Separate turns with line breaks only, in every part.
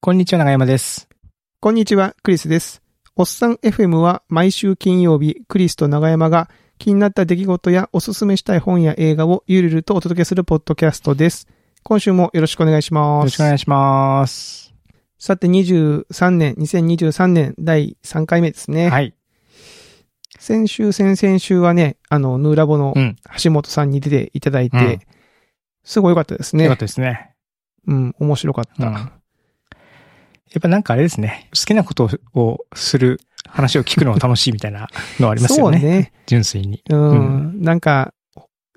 こんにちは、長山です。
こんにちは、クリスです。おっさん FM は毎週金曜日、クリスと長山が気になった出来事やおすすめしたい本や映画をゆるるとお届けするポッドキャストです。今週もよろしくお願いし
よ
ま
ろし
す。
くお願いします。
さて、23年、2023年第3回目ですね。
はい。
先週、先々週はね、あの、ヌーラボの
うん。
橋本さんに出ていただいて、
うん
すごい良かったです
よか
ね
っ。たですね。
うん、面白かっ
うん。
た。
やっぱなんかあれですね。好きなことをする話を聞くのが楽しいみたいなのはありますよね。
そうね。
純粋に。
うん、なんか、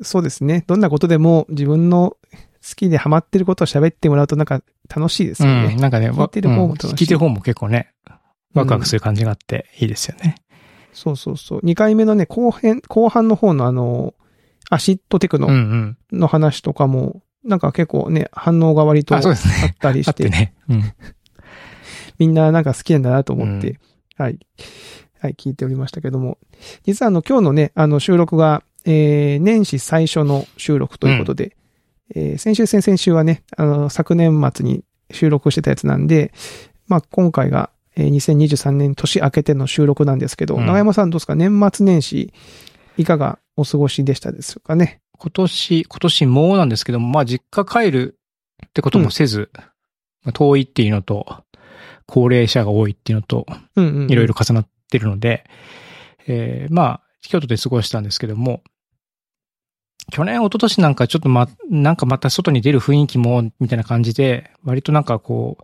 そうですね。どんなことでも自分の好きでハマってることを喋ってもらうとなんか楽しいですよ
うん。
ね。
なんかね、わ
聞いてる方も楽しい
うん聞いてる方も結構ね、ワクワクする感じがあっていいですよね。
そうそうそう。2回目のね、後編、後半の方のあの、アシッドテク
うんう
ノ
ん。
の話とかも、なんか結構ね、反応が割とあ
あ、そう
っ
ですね。
たり
あ
し、
っててね。うん。
みんななんか好きなんだなと思って、はい。はい、聞いておりましたけども。実はあの、今日のね、あの、収録が、えー、年始最初の収録ということで、えー先週、先々週はね、あの、昨年末に収録してたやつなんで、まあ、今回が、えー2023年年明けての収録なんですけど、
うん
長山さんどうですか年末年始、いかがお過ごしでしたですかね
今年、今年もなんですけども、まあ実家帰るってこともせず、まあ遠いっていうのと、高齢者が多いっていうのと、
うんうんうん。
いろいろ重なってるので、えーまあ、京都で過ごしたんですけども、去年、一昨年なんかちょっとま、なんかまた外に出る雰囲気も、みたいな感じで、割となんかこう、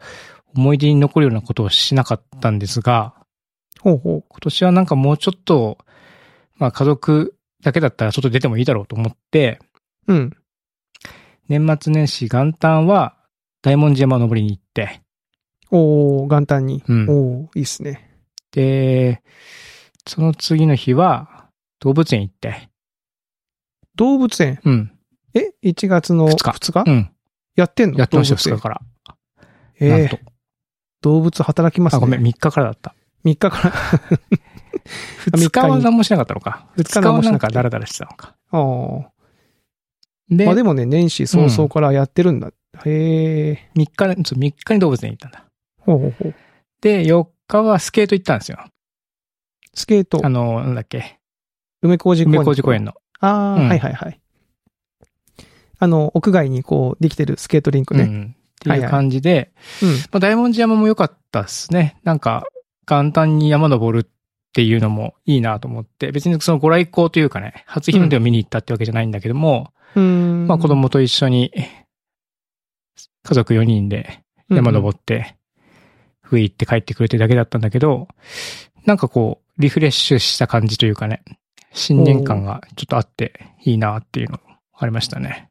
思い出に残るようなことをしなかったんですが、
ほうほ
今年はなんかもうちょっと、まあ家族だけだったら外出てもいいだろうと思って、
う。うん。
年末年始元旦は大文字山を登りに行って、
おー、元旦に。
うん
おー、いいっすね。
で、その次の日は動物園行って、
動物園。
うん、
え ?1 月の
二日
2日
うん、
やってんの
やってました
動
よ、2
物
日から。
園
な
え
ん
え
と。
動物働きますね。
あ、ごめん、3日からだった。
3 日から。
2日は何もしなかったのか。
二
2
日
日
何
は
もし
な
なんくて
かダラダラしてたのか。
ああ。
で、
ま
三
あでもね、年始早々からやってるんだ。へえ。
3日ね、そう3日に動物園行ったんだ。
ほうほうほう。
で、4日はスケート行ったんですよ。
スケート
あ、の、なんだっけ、
梅小路公園。
梅小路公園の。
ああ、
うん
はいはいはい。あの、屋外にこう、できてるスケートリンク
う
ね。
ん。っていう感じで、
うん。
まあ、大文字山も良かったですね。なんか、元旦に山登るっていうのもいいなと思って、別にそのご来光というかね、初日の出を見に行ったってわけじゃないんだけども、
うん。
まあ子供と一緒に、家族4人で山登って、上行って帰ってくるってだけだったんだけど、なんかこう、リフレッシュした感じというかね、新年感がちょっとあっていいなっていうのありましたね。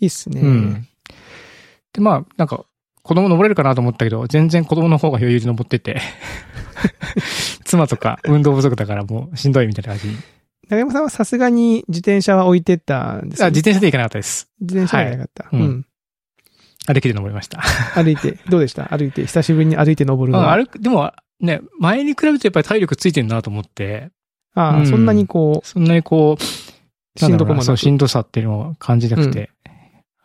いいっすね。
うん。で、まあ、なんか、子供登れるかなと思ったけど、全然子供の方が余裕で登ってて、 妻とか運動不足だからもうしんどいみたいな感じ。
長山さんはさすがに自転車は置いてったんです
あ、
よね
自転車で行かなかったです。
自転車じゃなかった。
はいう
うんん。
歩きで登りました。
歩いて、どうでした歩いて、久しぶりに歩いて登るの
ま
は。
あ、歩く、でも、ね、前に比べてやっぱり体力ついてるなと思って、
ああ、
うん
そんなにこ
そんなにこう、
う、しんどくも
なだろ
なん
う
く。
そう、しんどさっていうのを感じなくて、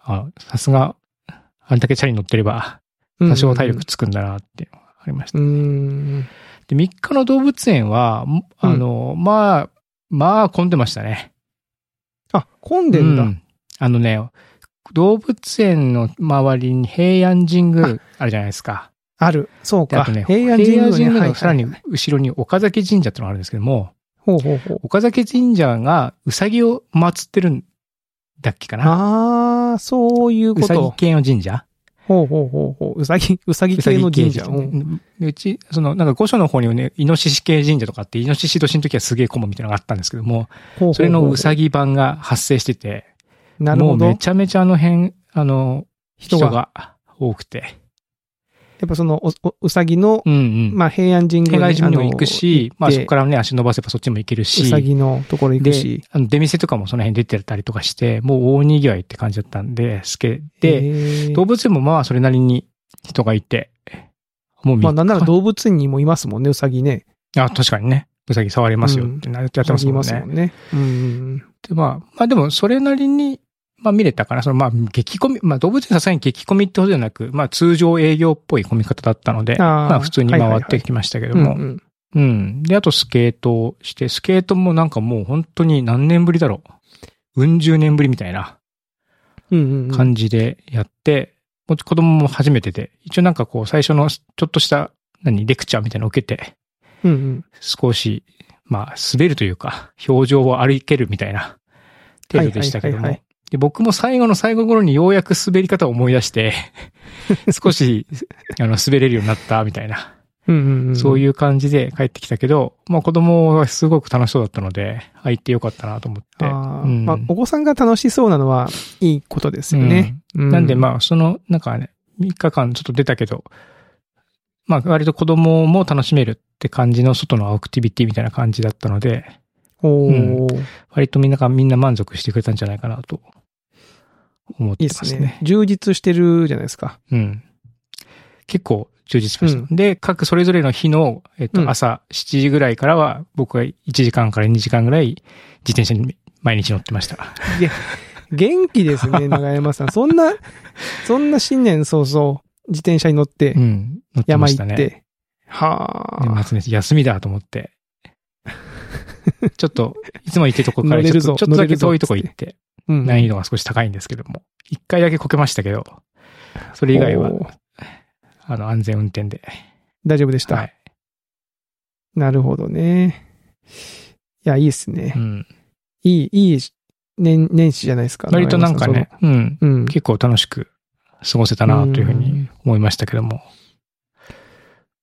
あ、さすが、あれだけチャリ乗ってれば、多少体力つくんだなっていうのがありました
う。ん。
で、3日の動物園は、もあの、まあ、まあ混んでましたね。
あ、混んでんだ。
うんあのね、動物園の周りに平安神宮あるじゃないですか。
ある。そう
であ
か。
とね、
平安神
平
宮
安神宮
はい
のさらに後ろに岡崎神社ってのがあるんですけども、
ほうほうほう。
岡崎神社がうさぎを祀ってるんだっけかな。
ああ、そういう
う
こ
さぎ
と。
系の神社
ほうほうほうほう。うさぎ、うさぎ系の神社。
う
うん
んでうち、その、なんか御所の方にもね、イノシシ系神社とかあって、イノシシ年の時はすげえ混むみたいなのがあったんですけども、
ほうほうほう
それのうさぎ版が発生してて、
なるほ
も
ど。
う
や
めちゃめちゃあの辺、あの、人
人
が
が
多くて。
っぱその、おおうさぎの、
うんうん。ま
まあ、平安神
あ、
宮
外人にも
あの
行くし、まあ
行っ
そ
て
こからね、足伸ばせばそっちも行けるし。
うさぎのところ行く
で
し。、
あの出店とかもその辺出てたりとかして、もう大賑わいって感じだったんで、すけで、
へー
動物園もまあそれなりに人がいて、もうみ
まあ、なんなら動物園にもいますもんね、うさぎね。
あ、確かにね、うさぎ触れますよってなやって
う
ま
さ
す
ぎい
もんね
ます。もんね。うんうんうん。
で、まあ、まあでも、それなりに、まあ見れたかな。そのまあ激込み、まあ動物園さすがに激込みってほどじゃなく、まあ通常営業っぽい込み方だったので、
あー
まあ普通に
はいはい
回
は
っ
い
てきましたけど
うん
も、
うん。
うん。で、あとスケートをして、スケートもなんかもう本当に何年ぶりだろう。うん十年ぶりみたいな
うんうんうん。
感じでやって、もう子供も初めてで、一応なんかこう最初のちょっとした、何、レクチャーみたいなのを受けて、
うんうん。
少し、まあ滑るというか、表情を歩けるみたいな程度でしたけど
はいはいはい
も
は。
で僕も最後の最後頃にようやく滑り方を思い出 して、少し、あの、滑れるようになったみたいな。
うんうんうん。
そう
う。
いう感じで帰ってきたけど、まあ子供はすごく楽しそうだったので、あ、行ってよかったなと思って。
ああ、
うん
まあ、お子さんが楽しそうなのはいいことですよね。
うんなんで
あ、
まあその、なんかね、3日間ちょっと出たけど、まあ割と子供も楽しめるって感じの外のアクティビティみたいな感じだったので、
おー
割とみんながみんな満足してくれたんじゃないかなと思っ
い
て
いで
ますす
ね
ね。
充実してるじゃないですか。
うん。結構充実しました。
う
で、各それぞれの日の、えっ
う
と、
ん
朝7時ぐらいからは、僕は1時間から2時間ぐらい自転車に毎日乗ってました。
元気ですね、長山さん。そんな、そんな新年早々、自転車に乗って
う、ん。乗ってま
山
し
行
た
っ
ね。
て。はあ。
年末年始休みだと思って。 ちょっと、いつも行ってるとこから
乗
ち
れ
ょ
る
っと
ぞ
ちょっとだけ遠いとこ
乗れ
行
るぞ
って、
うん
難易度が少し高いんですけども。一回だけこけましたけど、それ以外は
お、ー
あの、安全運転で。
大丈夫でした。
はい。
なるほどね。いや、いいですね。
うん。
いい、いい年、年始じゃないですか。
割となんかね、うん。
長山さん。そのうん。
結構楽しく過ごせたなというふうに思いましたけども。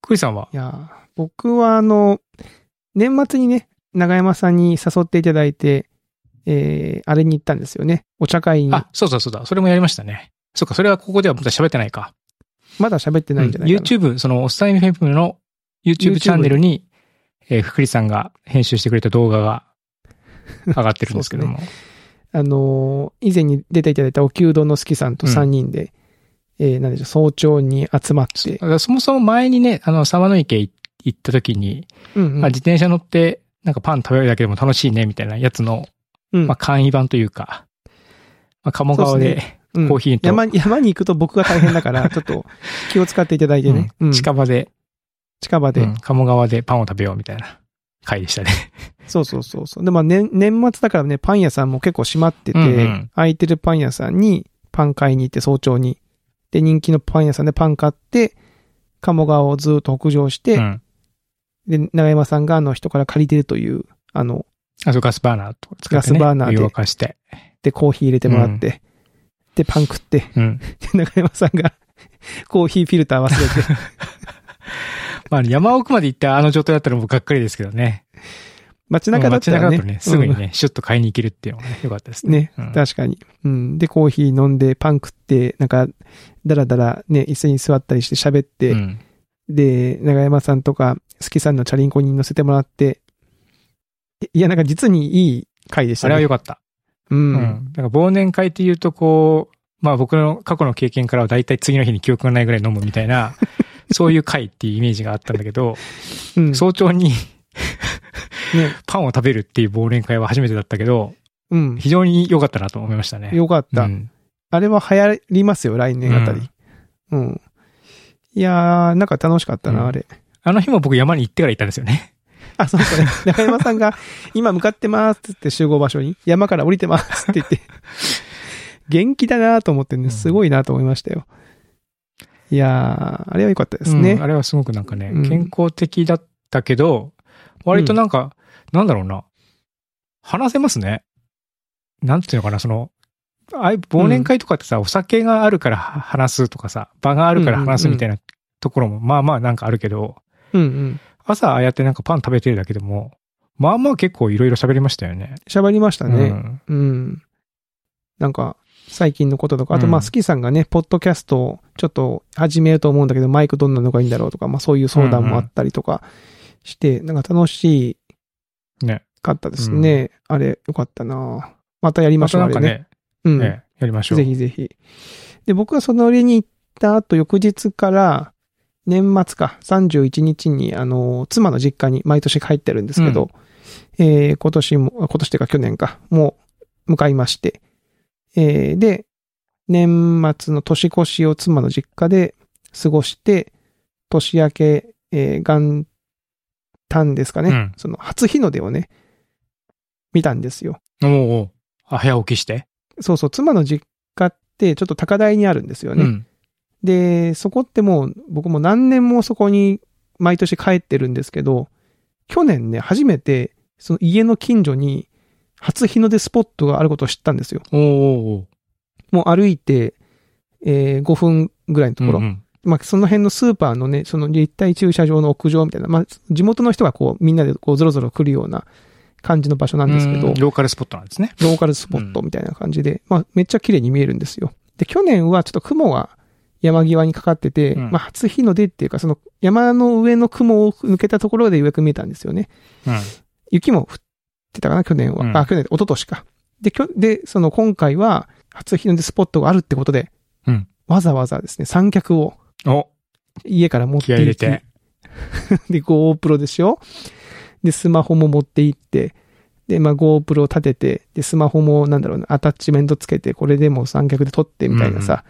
クリさんはい
やー、僕はあの、年末にね、長山さんに誘っていただいて、えー、あれに行ったんですよね。お茶会に。
あ、そうだそうだ。それもやりましたね。そっか、それはここではまだ喋ってないか。
まだ喋ってないんじゃないかな。
YouTube、そのおっさん FM の YouTube チャンネルに、えー、福利さんが編集してくれた動画 が上がってるんですけども。
あのー以前に出ていただいたお給丼の好きさんと
うん
3人で、えー、なんでしょう、早朝に集まっ
そ
て。
そもそも前にね、あの、沢の池行った時に、
うん、うん。
まあ、自転車乗って、なんかパン食べるだけでも楽しいね、みたいなやつの、
うん
まあ、簡易版というか、まあ、鴨川
そう
で
でうん
コーヒーと、
山に、山に行くと僕が大変だから、ちょっと気を使っていただいてね。
うん
うん
近場で、
近場で、
うん鴨川でパンを食べようみたいな回でしたね。
そうそうそうそう。で、まあ年、年末だからね、パン屋さんも結構閉まってて、
うんうん
空いてるパン屋さんにパン買いに行って早朝に。で、人気のパン屋さんでパン買って、鴨川をずっと北上して、
うん
で、長山さんがあの人から借りてるという、あの、
あそうガスバーナーとか使って、ね、
ガスバーナーで
お湯沸かして。
で、コーヒー入れてもらって、で、パン食って、
うん。
で、長山さんが コーヒーフィルター忘れ て、
まあ、山奥まで行ったあの状態だったらもうがっかりですけどね。
街中だったらね。
街中だとね、すぐにね、シュッと買いに行けるっていうのがね、よかったです
うん。
ね。
ね、
うん
確かに。うん。で、コーヒー飲んで、パン食って、なんか、だらだらね、椅子に座ったりして喋って、
うん。
で、長山さんとか、好きさんのチャリンコに乗せてもらって、いや、なんか実にいい回でし
あ
た
れ
ね。
は良かった。
う。
うんん。だから忘年会っていうとこう、まあ僕の過去の経験からは大体次の日に記憶がないぐらい飲むみたい な、そういう会っていうイメージがあったんだけど、
うん。
早朝に
ね。
パンを食べるっていう忘年会は初めてだったけど、
うん。
非常に良かったなと思いましたね。
よかった。
うん
あれは流行りますよ、来年あたり。うん。いやー、なんか楽しかったな、
うん
あれ。
あの日も僕山に行ってから行ったんですよね。
あ、そ うそうね。中山さんが、今向かってますってって集合場所に、山から降りてますって言って、元気だなと思って
う
ね、
ん
すごいなと思いましたよ。いやー、あれは良かったですね。
うんあれはすごくなんかね
う、ん
健康的だったけど、割となんか、なんだろうな。話せますね。なんていうのかな、その、ああいう忘年会とかってさ、お酒があるから話すとかさ、場があるから話すみたいなところも、まあまあなんかあるけど、
うんうん。
朝ああやってなんかパン食べてるだけでも、まあまあ結構いろいろ喋りましたよね。
喋りました
う
ね。
ん
うん。なんか、最近のこととか、あと、
うん
まあ、スキーさんがね、ポッドキャストをちょっと始めると思うんだけど、マイクどんなのがいいんだろうとか、まあ、そういう相談もあったりとかして、なんか楽し
ね。
かったですね。あれ、よかったなまたやりま
ま
しょ
たな
う、あ
ん
れ
か
ね。
ね、
うん。
ええやりましょう。
ぜひぜひ。で、僕はその上に行った後、翌日から、年末か、31日に、あの、妻の実家に毎年帰ってるんですけど、えー今年も、あ今年というか去年か、もう、向かいまして、えーで、年末の年越しを妻の実家で過ごして、年明け、えー元旦ですかね、
うん
その初日の出をね、見たんですよ。
おうおうあ、早起きして。
そうそう、妻の実家ってちょっと高台にあるんですよね。
うん。
で、そこってもう、僕も何年もそこに毎年帰ってるんですけど、去年ね、初めて、その家の近所に、初日の出スポットがあることを知ったんですよ。
おうおうおう
もう歩いて、えー5分ぐらいのところ。
うんうん
まあ、その辺のスーパーのね、その立体駐車場の屋上みたいな、まあ、地元の人がこう、みんなでこう、ぞろぞろ来るような感じの場所なんですけど
うん、ローカルスポットなんですね。
ローカルスポットみたいな感じで、まあ、めっちゃ綺麗に見えるんですよ。で、去年はちょっと雲が山際にかかってて、
うん
まあ、初日の出っていうか、その山の上の雲を抜けたところでようやく見えたんですよね。
うん。
雪も降ってたかな、去年は。
うん
あ、去年、一昨年か。で、きょで、その今回は、初日の出スポットがあるってことで、
うん
わざわざですね、三脚を
お、
家から持って
気合い入れ
行き、
て。
で、GoPro でしょで、スマホも持って行って、で、まあ、GoPro を立てて、で、スマホも、なんだろうな、アタッチメントつけて、これでもう三脚で撮って、みたいなさ。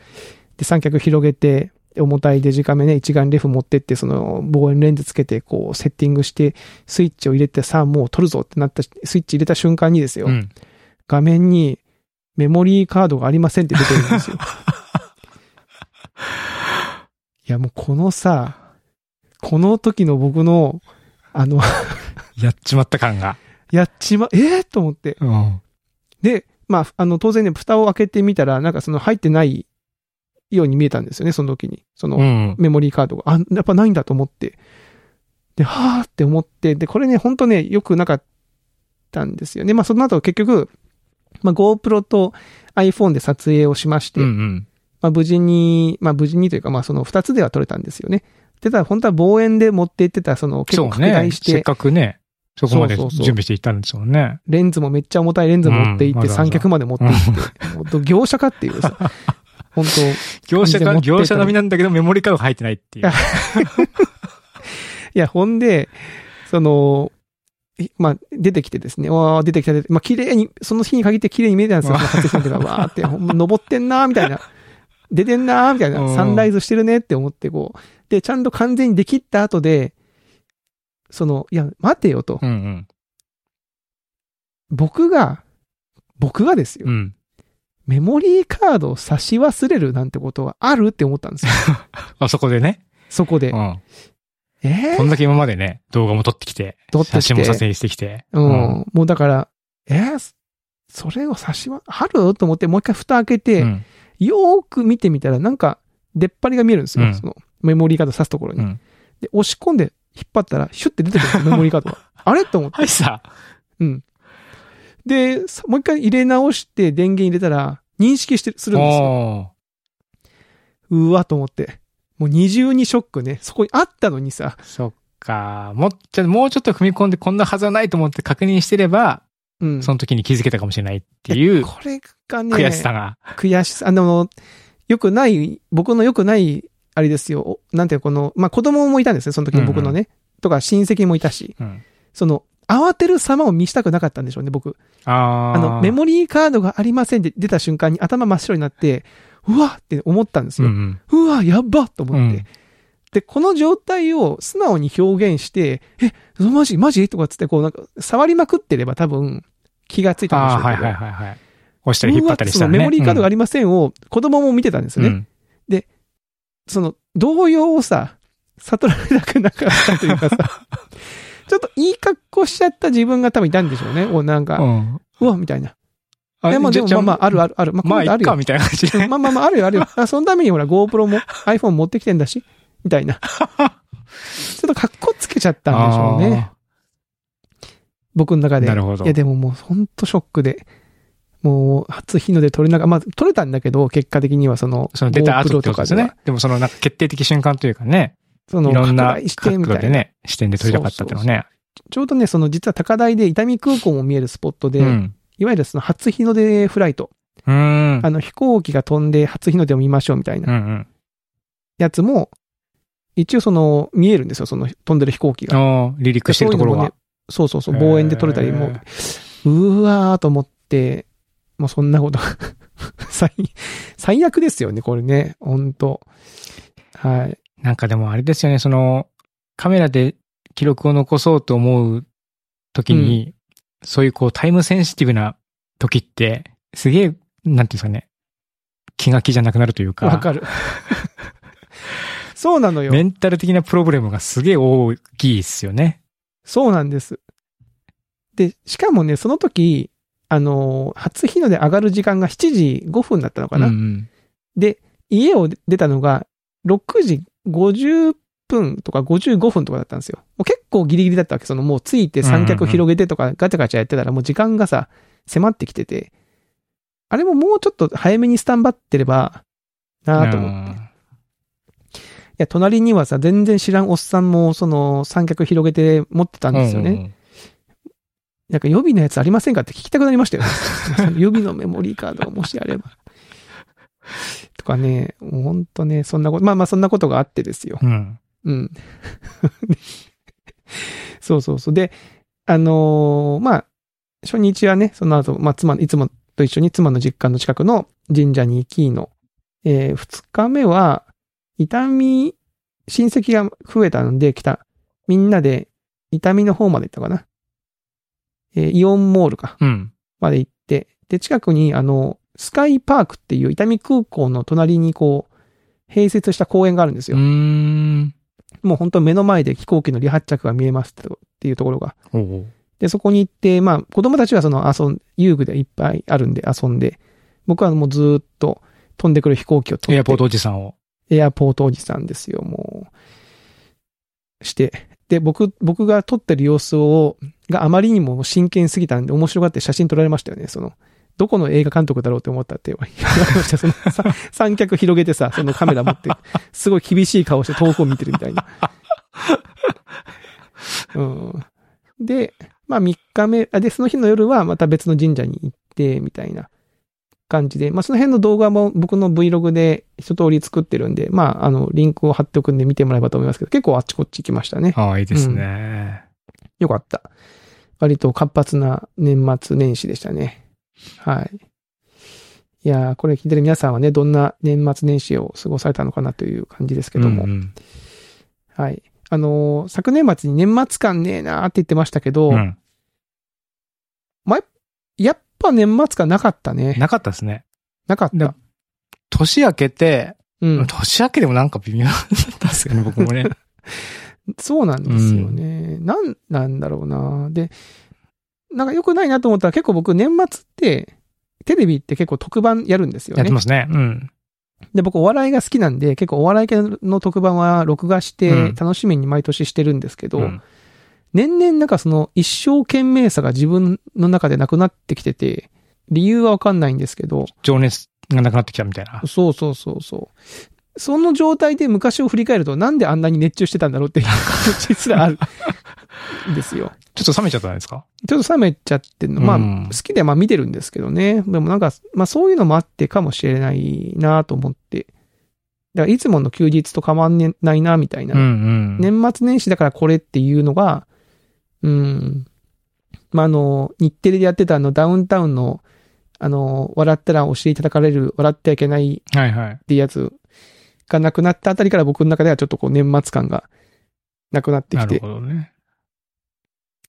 で、三脚広げて、重たいデジカメね、一眼レフ持ってって、その、望遠レンズつけて、こう、セッティングして、スイッチを入れて、さあ、もう撮るぞってなった、スイッチ入れた瞬間にですよ、
うん。
画面に、メモリーカードがありませんって出てるんですよ。いや、もうこのさ、この時の僕の、あの、
やっちまった感が。
やっちま、ええと思って。
うん。
で、まあ、あの、当然ね、蓋を開けてみたら、なんかその入ってないように見えたんですよね、その時に。その、
うん。
メモリーカードが。あ、やっぱないんだと思って。で、はーって思って、で、これね、ほんとね、良くなかったんですよね。まあ、その後結局、まあ、GoPro と iPhone で撮影をしまして、
うんうん。
まあ、無事に、まあ、無事にというか、まあ、その二つでは撮れたんですよね。で、ただ、本当は望遠で持って行ってた、その、結
そ
構
う
拡
ね。
大し、
せってかくね、そこまで
そう
準
そうそう
備していったんですもんね。
レンズもめっちゃ重たいレンズ持って行っ
うんわざわ
て、
ざ
三脚まで持って行って、ほんと業者かってい うさ、本当
業者
で持
か、
ってたの
業者並みなんだけど、メモリカードが入ってないっていう。
いや、ほんで、その、えまあ、出てきてですね、わあ出てきた、出てまあ、綺麗に、その日に限って綺麗に見えてたんですよ、
わ
その初日の出が、わーって、ほんま登ってんなーみたいな、出てんなーみたいな
う、ん
サンライズしてるねって思って、こう、で、ちゃんと完全にできった後で、その、いや、待てよと、
うんうん。
僕が、僕がですよ、
うん。
メモリーカードを差し忘れるなんてことはあるって思ったん ですよ、
あそこでね。
そこで
う。ん。
え
こん
ー、
だけ今までね、動画も撮ってきて、
撮っ
写
てき
真も撮
て、
影してきて。
うん。もうだから、えーそれを差しは、あると思って、もう一回蓋開けて、
うん。
よーく見てみたら、なんか、出っ張りが見えるんですよ。
うん
その、メモリーカード刺すところに。
うん。
で、押し込んで、引っ張ったら、シュッて出てくるんで すよメモリーカードが。あれと思って。
はいさ。
で、さもう一回入れ直して、電源入れたら、認識してる、するんですよ。
お
うわ、と思って。もう二重にショックね。そこにあったのにさ
ー。そっか。もう、じゃあもうちょっと踏み込んで、こんなはずはないと思って確認してれば、
うん。
その時に気づけたかもしれないっていう
これがね、
悔しさが。
悔しさ、あの、良くない、僕の良くない、あれですよ、おなんていうのこの、まあ、子供もいたんですね、その時に僕のね、とか親戚もいたし、
うん。
その、慌てる様を見したくなかったんでしょうね、僕。
ああ。
あの、メモリーカードがありませんって出た瞬間に頭真っ白になって、うわっって思ったんです
うん
よ。
うん。
うわやっばと思って、
うん
で、この状態を素直に表現して、え、マジマジとかっつって、こうなんか、触りまくってれば多分、気がついたん
あ
でしょ
あ、
うけど。
はいはいはいはい。押したり引っ張ったりしたらね。
うわそのメモリーカードがあ
り
りませんを、子供も見てたんですよね。
ね。
その、動揺をさ、悟られなくなかったとい うかさ、ちょっといい格好しちゃった自分が多分いたんでしょうね。お、なん
う
か、
ん。うん
うわ、みたいな。
あ
いや、まあでも、
じゃ
まあまあ、あるあるある。まあ、
まあ、
今度
い
あ
っ
る
か、
よ。
みたいな感じで。
まあまあまあ、あるよ、あるよ。あそのためにほら、GoPro も iPhone 持ってきてんだし、みたいな。ちょっと格好つけちゃったんでしょうね。僕の中で。
なるほど
いや、でももう、ほんとショックで。もう、初日の出撮れながまあ、撮れたんだけど、結果的にはその、
その出た後
GoPro
ってことです
では
ね。。でもそのなんか決定的瞬間というかね、
その、
いろんな
拡大して、
角
み
度
た
で
いな。
ね、視点で撮りたかったっていうのはね。
ちょうどね、その、実は高台で伊丹空港も見えるスポットで、
うん。
いわゆるその、初日の出フライト。
うん。
あの、飛行機が飛んで初日の出を見ましょうみたいな
うんうん。
やつも、一応その、見えるんですよ、その飛んでる飛行機が。
おー離陸してるところ
そういうのも
が
ね。そうそうそう、望遠で撮れたりもう、うーわーと思って、もうそんなことが 最、最悪ですよね、これね。本当はい。
なんかでもあれですよね、その、カメラで記録を残そうと思う時に、そういうこうタイムセンシティブな時って、すげえ、なんていうんですかね、気が気じゃなくなるというか、
わかる。そう なのよ。
メンタル的なプロブレムがすげえ大きいっすよね。
そうなんです。で、しかもね、その時、あのー初日の出上がる時間が7時5分だったのかな。
うんうん
で、家を出たのが6時50分とか55分とかだったんですよ。もう結構ギリギリだったわけ。そのもう着いて三脚広げてとかガチャガチャやってたらもう時間がさ、迫ってきてて、あれももうちょっと早めにスタンバってればなぁと思って。
うん
いや、隣にはさ、全然知らんおっさんも、その、三脚広げて持ってたんですよね。
うんうん
なんか予備のやつありませんかって聞きたくなりましたよ、ね。 その予備のメモリーカードがもしあれば。とかね、もうほんとね、そんなこと、まあまあそんなことがあってですよ。
うん。うん
うん。そうそうそう。で、あのーまあ、初日はね、その後、まあ妻、いつもと一緒に妻の実家の近くの神社に行きの、えー二日目は、痛み、親戚が増えたので来た。みんなで、痛みの方まで行ったかな。えーイオンモールか。
うん。
まで行って、で、近くに、あの、スカイパークっていう伊丹空港の隣にこう、併設した公園があるんです
う
よ
ー。ん。
もう本当目の前で飛行機の離発着が見えますってとっていうところが。
おう
で、そこに行って、まあ、子供たちはその遊ん、遊具でいっぱいあるんで遊んで、僕はもうずーっと飛んでくる飛行機を撮って。
エアポートおじさんを。
エアポートおじさんですよ、もう。して。で、僕、僕が撮ってる様子を、があまりにも真剣すぎたんで、面白がって写真撮られましたよね、その。どこの映画監督だろうって思ったって 言われました。そのさ三脚広げてさ、そのカメラ持って、 すごい厳しい顔して遠くを見てるみたいな。 うん。で、まあ3日目、あで、その日の夜はまた別の神社に行って、みたいな感じで、まあその辺の動画も僕の Vlog で一通り作ってるんで、まああの、リンクを貼っておくんで見てもらえばと思いますけど、結構あっちこっち行きましたね。
ああ、いいですね。
よかった。割と活発な年末年始でしたね。はい。いやー、これ聞いてる皆さんはね、どんな年末年始を過ごされたのかなという感じですけども。
うんうん
はい。あのー昨年末に年末感ねえなーって言ってましたけど、
うん
やっぱ年末感なかったね。
なかったですね。
なかった
だ。年明けて、
うん。
年明けでもなんか微妙だったんですよ ね、僕もね。
そうなんですよね。なんなんだろうな。で、なんか良くないなと思ったら結構僕年末って、テレビって結構特番やるんですよ
やっ
ね
て。ますね。うん。
で、僕お笑いが好きなんで、結構お笑い系の特番は録画し
う
て
ん
楽しみに毎年してるんですけど、
うん
年々なんかその一生懸命さが自分の中でなくなってきてて、理由はわかんないんですけど、
情熱がなくなってきたみたいな。
そうそうそうそう。その状態で昔を振り返ると、なんであんなに熱中してたんだろうっていう感じすらあるんですよ。
ちょっと冷めちゃったんですか
ちょっと冷めちゃってんの。まあ、
うん
好きでまあ見てるんですけどね。でもなんか、まあそういうのもあってかもしれないなと思って。だからいつもの休日と変わんねないなみたいな。
うんうん。
年末年始だからこれっていうのが、うん。まあ、あの、日テレでやってたあのダウンタウンの、あの、笑ったらお尻叩かれる、笑ってはいけない
はいはい
っ。ていうやつがなくなったあたりから僕の中ではちょっとこう年末感がなくなって
な
き
る
て
ほどね。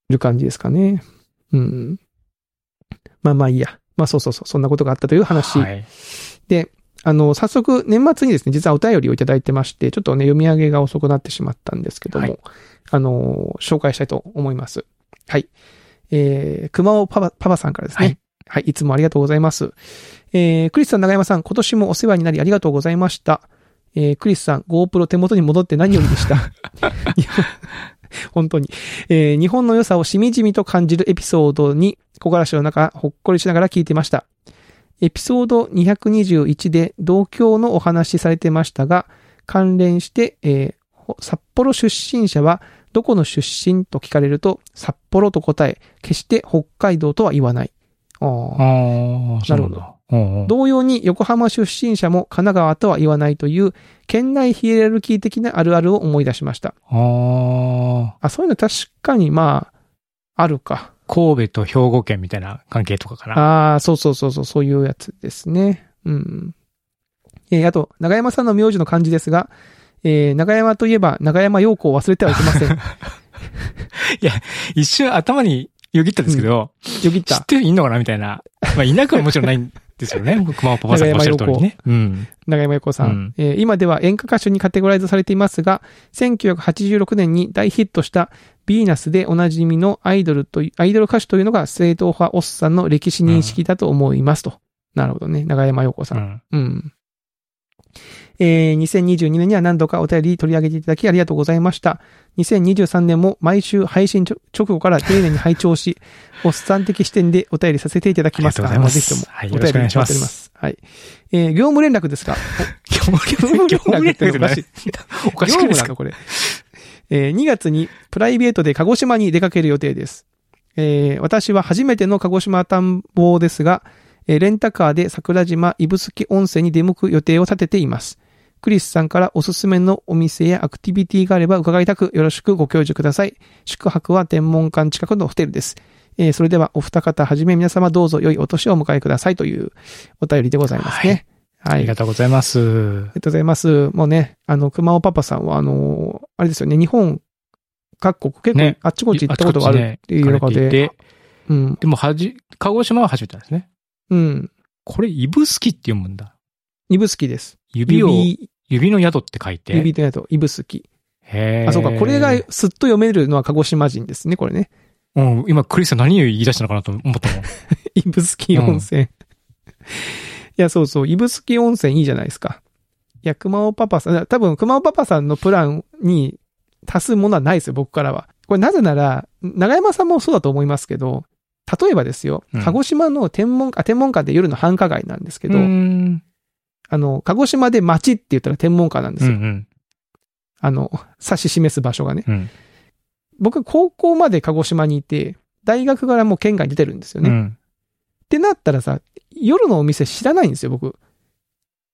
る感じですかね。うん。まあまあいいや。まあそうそうそう。そんなことがあったという話。
はい。
あの、早速年末にですね、実はお便りをいただいてまして、ちょっとね、読み上げが遅くなってしまったんですけども、
はい
あの、紹介したいと思います。はい。えー、熊尾パパパパさんからですね。
はい
はい、いつもありがとうございます。えー、クリスさん、長山さん、今年もお世話になりありがとうございました。えー、クリスさん、GoPro 手元に戻って何よりで した。いや本当に。えー日本の良さをしみじみと感じるエピソードに、木枯らしの中、ほっこりしながら聞いてました。エピソード221で同郷のお話しされてましたが、関連して、えーほ札幌出身者は、どこの出身と聞かれると、札幌と答え、決して北海道とは言わない。あー
ああ、そうなん
なる
だ。うんうん
同様に横浜出身者も神奈川とは言わないという、県内ヒエラルキー的なあるあるを思い出しました。
ああ、
あ、そういうの確かにまあ、あるか。
神戸と兵庫県みたいな関係とかかな。
ああ、そうそうそうそう、そういうやつですね。うん。えーあと、長山さんの名字の漢字ですが、えー長山といえば、長山陽子を忘れてはいけません。
一瞬頭によぎったんですけど、
よぎっ。
知ったてる人いんのかなみたいな。まあ、いなくはもちろんないんですよ ね。僕もパパさんがおっしゃる通りにね。うん。
長山洋子さん、
うん
えー今では演歌歌手にカテゴライズされていますが、1986年に大ヒットしたヴィーナスでおなじみのアイドルという、アイドル歌手というのが正統派おっさんの歴史認識だと思いますと。なるほどね。長山洋子さ。
うん ん。
うん。えー2022年には何度かお便り取り上げていただきありがとうございました。2023年も毎週配信ちょ直後から丁寧に拝聴し、おっさん的視点でお便りさせていただきますが
ありがとうございます
ぜひとも
はい
お便
よろしくお
り
願いします
待っております。はい。えー業務連絡ですが、
業務業務連絡っておかしい。 おかしくない
業
で
務
す
な
か
のこれ。えー2月にプライベートで鹿児島に出かける予定です。えー私は初めての鹿児島探訪ですが、えーレンタカーで桜島指宿温泉に出向く予定を立てています。クリスさんからおすすめのお店やアクティビティがあれば伺いたくよろしくご教授ください。宿泊は天文館近くのホテルです。えーそれではお二方はじめ皆様どうぞ良いお年をお迎えくださいというお便りでございますね。
あ
は
りがとうございます。
ありがとうございます。もうね、あの、熊尾パパさんは、あの、あれですよね、日本各国結構、
ね
あっちこっち行ったことがあるっていう中
あちこちね行か
で、
れていて
うん、
でも、はじ、鹿児島は初めてなんですね。
うん、
これ、指宿って読むんだ。
イブスキです。
指を、指
指、
の宿って書いて。
指のやと、イブスキ。
へー
あ、そうか、これがすっと読めるのは鹿児島人ですね、これね。
うん、今、クリスさん何を言い出したのかなと思ったもん。
イブスキ温泉。いや、そうそう、イブスキ温泉いいじゃないですか。いや、熊尾パパさん、多分熊尾パパさんのプランに足すものはないですよ、僕からは。これなぜなら、長山さんもそうだと思いますけど、例えばですよ
うん、
鹿児島の天文、あ、天文館で夜の繁華街なんですけど、
うん。
あの、鹿児島で街って言ったら天文館なんで
う
す
んう
よ。
ん。
あの、指し示す場所がね。
うん。
僕、高校まで鹿児島にいて、大学からもう県外に出てるんですよ
う
ね。っ
ん。
てなったらさ、夜のお店知らないんですよ、僕。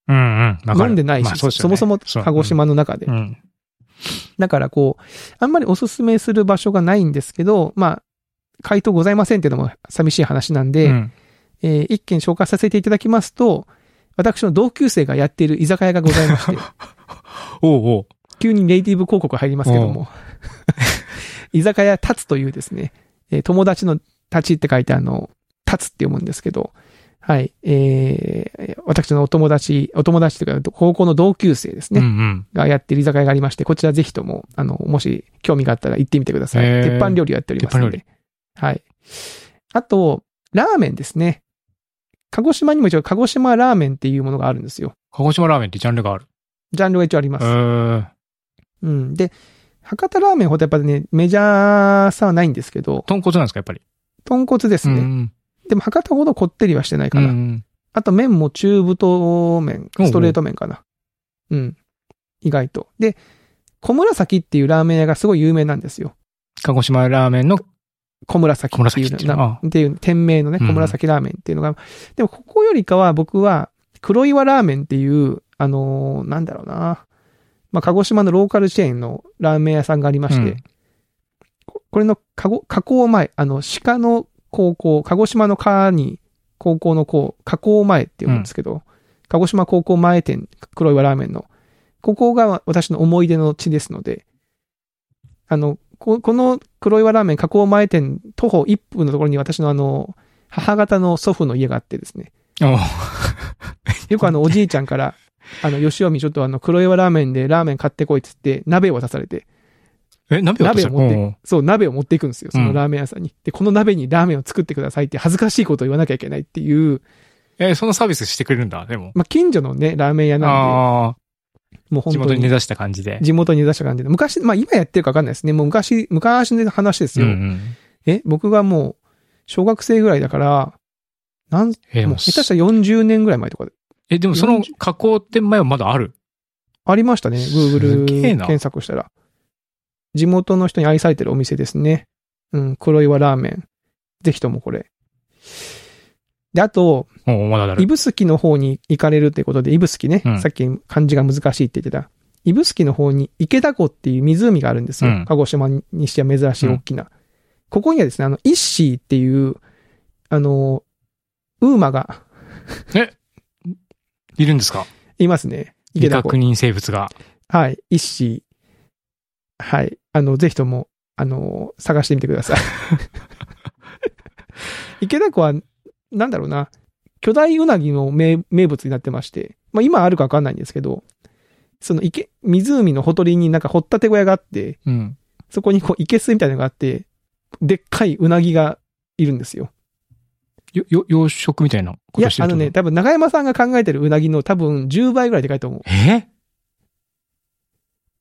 うんうん。わかる
飲んでないし、
まあ
そう
ですよね
もそも
そう
鹿児島の中で。
うん。
だからこう、あんまりおすすめする場所がないんですけど、まあ、回答ございませんっていうのも寂しい話なんで、
うん
えー一件紹介させていただきますと、私の同級生がやっている居酒屋がござい まして、
おうおう。
急にネイティブ広告入りますけども、 居酒屋立つというですね、えー友達の立ちって書いてあの、立つって読むんですけど、はい、えー、私のお友達、お友達というか、高校の同級生ですね
う。ん
がやってる居酒屋がありまして、こちらぜひとも、あの、もし興味があったら行ってみてください。
へー
鉄板料理をやっておりますので。
鉄
はい。あと、ラーメンですね。鹿児島にも一応、鹿児島ラーメンっていうものがあるんですよ。
鹿児島ラーメンってジャンルがある。
ジャンルが一応ありま
う
す。
ー
うん。で、博多ラーメンほどやっぱりね、メジャーさはないんですけど、
豚骨なんですか、やっぱり。
豚骨です
う
ね。
ん。
でも博多ほどこってりはしてないか
う
な。
ん。
あと麺も中太麺、
おうおう
ストレート麺かな。うん。意外と。で、小紫っていうラーメン屋がすごい有名なんですよ。
鹿児島ラーメンの、
小紫ってい
小紫って
う
いう
な
あ
っていう店名のね、
うん
小紫ラーメンっていうのが、でもここよりかは僕は黒岩ラーメンっていう、あのーなんだろうな、まあ、鹿児島のローカルチェーンのラーメン屋さんがありまして、
うん
ここれのかご加工前、あの、鹿の高校、鹿児島の川に高校の校、加工前って言うんですけど、鹿児島高校前店、黒岩ラーメンの、ここが私の思い出の地ですので、あの、ここの黒岩ラーメン加工前店、徒歩1分のところに私のあの、母方の祖父の家があってですね、
おう
よくあの、おじいちゃんから、あの、吉尾美ちょっとあの、黒岩ラーメンでラーメン買ってこいっつって、鍋を渡されて、
え、鍋を
鍋
渡
を
さおう
持っ
お
て
う、
そう、鍋を持っていくんですよ、そ
うん
のラーメン屋さんに。で、この鍋にラーメンを作ってくださいって恥ずかしいことを言わなきゃいけないっていう、
え、そのサービスしてくれるんだ、でも。
まあ、近所のね、ラーメン屋なん
あ
で、もう
あ、
本
地
当
元に根
に。
ざした感じで。
地元に出した感じで。昔、まあ今やってるかわかんないですね。もう昔、昔の話です
うん
よ。
うん。
え、僕がもう、小学生ぐらいだから、なん、
えで
もう
も
下手したら40年ぐらい前とかで。
え、でもその
40
加工店前はまだある。
ありましたね。Google
すげえな
検索したら。地元の人に愛されてるお店ですね。うん、黒岩ラーメン。ぜひともこれ。で、あと、
おうまだある。
指宿の方に行かれるってことで、指宿ね、
うん
さっき漢字が難しいって言ってた。指宿の方に池田湖っていう湖があるんですよ。
うん
鹿児島にしては珍しい大きな。ここにはですね、あの、イッシーっていう、あの、ウーマが
いるんですか
いますね。
未
池田
確
湖。
認生物が。
はい。イッシー。はい。あの、ぜひとも、あの、探してみてくだ さい。池田湖は、なんだろうな、巨大ウナギの名名物になってまして、まあ今あるかわかんないんですけど、その池、湖のほとりになんか掘ったて小屋があって、
うん。
そこにこう、生けすみたいなのがあって、でっかいウナギがいるんですよ。
よ、よ、養殖みたいないこと
や
し、てる
あ
って
の
こと
ね、多分長山さんが考えてるウナギの多分10倍ぐらいでかいと思う。
え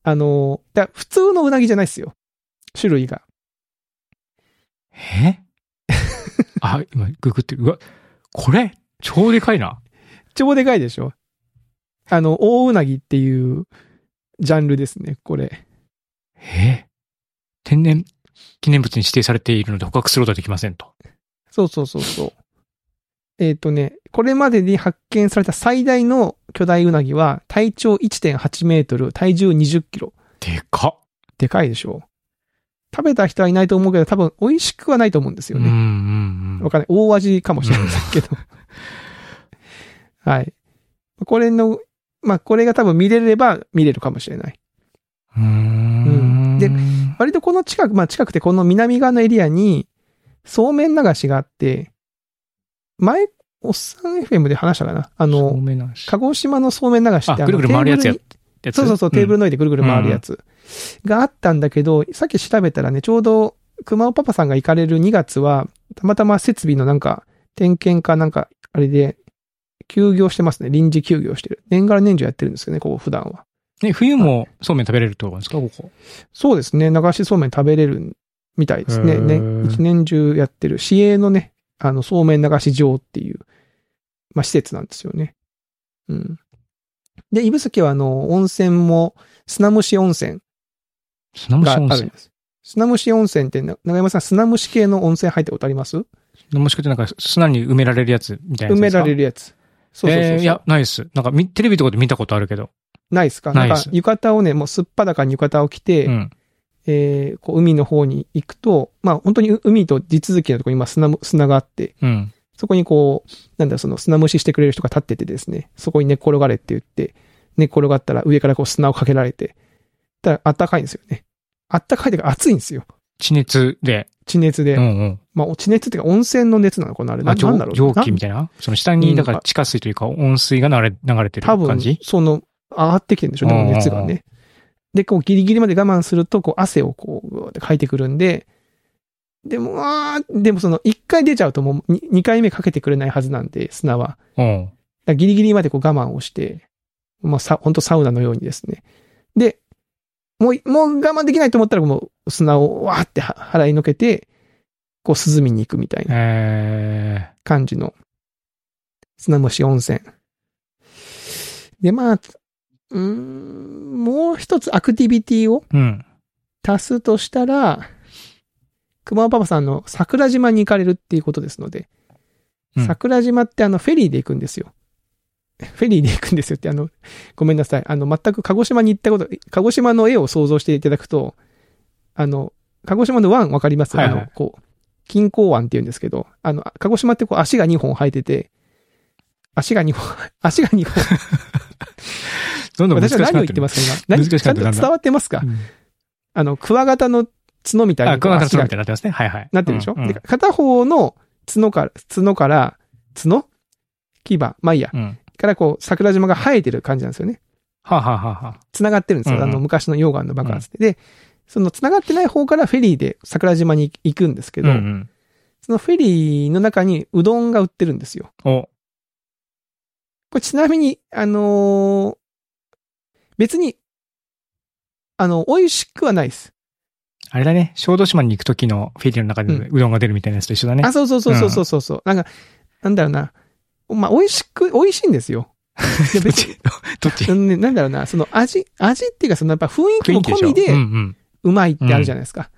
あの、だ普通のウナギじゃないですよ。種類が。
え あ、今、ググってる。うわ、これ、超でかいな。
超でかいでしょあの、大ウナギっていうジャンルですね、これ。
え天然記念物に指定されているので捕獲することはできませんと。
そうそうそうそう。えっ、とね、これまでに発見された最大の巨大ウナギは、体長1.8メートル、体重20キロ。
でかっ。
でかいでしょ食べた人はいないと思うけど、多分美味しくはないと思うんですよ
うん
ね。
うんう
わ
ん。
かんない。大味かもしれませんけど。 はい。これの、まあ、これが多分見れれば見れるかもしれない。
うーん。
で割とこの近く、まあ、近くてこの南側のエリアに、そうめん流しがあって、前、おっさん FM で話したかなあ
透
の、
明なし
鹿児島のそうめん流しって
あ
の
ぐるぐる回るやつや
テーブルにそうそうそう、テーブルの上でぐるぐる回るやつがあったんだけど、さっき調べたらね、ちょうど熊尾パパさんが行かれる2月は、たまたま設備のなんか、点検かなんか、あれで、休業してますね。臨時休業してる。年がら年中やってるんですよね、ここ普段は。
ね、冬もそうめん食べれるってことなんですかここ。
そうですね、流しそうめん食べれるみたいですね。
へー
ね、一年中やってる、市営のね、あの、そうめん流し場っていう、まあ、施設なんですよね。うん。で、指宿はあの、温泉も、砂蒸し温泉
砂蒸し
があ
温
るん
泉。
です。砂蒸し温泉ってな、長山さん、砂蒸し系の温泉入ったことあります
もしくはなんか砂に埋められるやつみたいな
埋められ
る。
るやつ。そうそうそうそう、
えーいや、ないです。なんかみテレビとかで見たことあるけど。
ないですか
ないで
なん
す
か、浴衣をね、もうすっぱだかに浴衣を着て、
うん。
えーこう、海の方に行くと、まあ、本当に海と地続きのところに今砂も、砂があって、
うん。
そこにこう、なんだろう、その砂蒸ししてくれる人が立っててですね、そこに寝っ転がれって言って、寝っ転がったら上からこう砂をかけられて、たらあったかいんですよね。あったかいというか暑いんですよ。
地熱で。
地熱で。
うん
まあ、地熱っていうか温泉の熱なのかなあれ。
うん。あ、
な
蒸
なんだろう。
蒸気みた
い
いなその下に、だか
う
ら
ん
地下水というか温水が流れ、流れてる
多
感
分
じ、
その、上がってきてるんでしょうね、
うんうんうん
熱がね。で、こうギリギリまで我慢すると、こう汗をこう、うわーってかいてくるんで、でも、あーでもその、一回出ちゃうともうに、二回目かけてくれないはずなんで、砂は。
うん。
だからギリギリまでこう我慢をして、まあ、さ、本当サウナのようにですね。で、もう、もう我慢できないと思ったら、もう砂をわーっては払いのけて、こう涼みに行くみたいな
え
感じの砂蒸し温泉。で、まあ、うーん、もう一つアクティビティを
ー、うん。
足すとしたら、熊尾パパさんの桜島に行かれるっていうことですので、
うん
桜島ってあのフェリーで行くんですよ。フェリーで行くんですよってあの、ごめんなさい。あの、全く鹿児島に行ったこと、鹿児島の絵を想像していただくと、あの、鹿児島の湾わかります、
はいはい
あの、こう、近郊湾って言うんですけど、あの、鹿児島ってこう足が2本生えてて、足が2本、 足が2本。
どん どん難
私
し
は
くなっ
何
てる。
を言ってますか今。何
難し
ち
くな
ゃ
っ
ん
て
と
る
伝わってますか
うん
あの、クワガタの角みたいな
あ、
のが足
ク
が。
ワガタツみたいになってますね。はいはい。
なってるでしょ、
うんうん
で片方の角から、角から、角牙まあいいや。
うん。
からこう、桜島が生えてる感じなんですよね。
はあ、はあはあはあ、
繋がってるんですよ。
うんうん
あの、昔の溶岩の爆発で。で、その繋がってない方からフェリーで桜島に行くんですけ
うん
ど、
うん。
そのフェリーの中にうどんが売ってるんですよ。
お、
これちなみに、あのー別に、あの、美味しくはないです。
あれだね。小豆島に行く時のフェリーの中で
う
うどんが出るみたいなやつと一緒だね。
あ、そうそうそうそうそうそうそう、なんか、なんだろうな。まあ、美味しく、美味しいんですよ。いや
どっ
別に
ちどっち
うんねなんだろうな、その味、味っていうか、そのやっぱ雰囲気
雰
も
囲気でし
込
ょうん
み
う
で、
ん。
うまいってあるじゃないですか。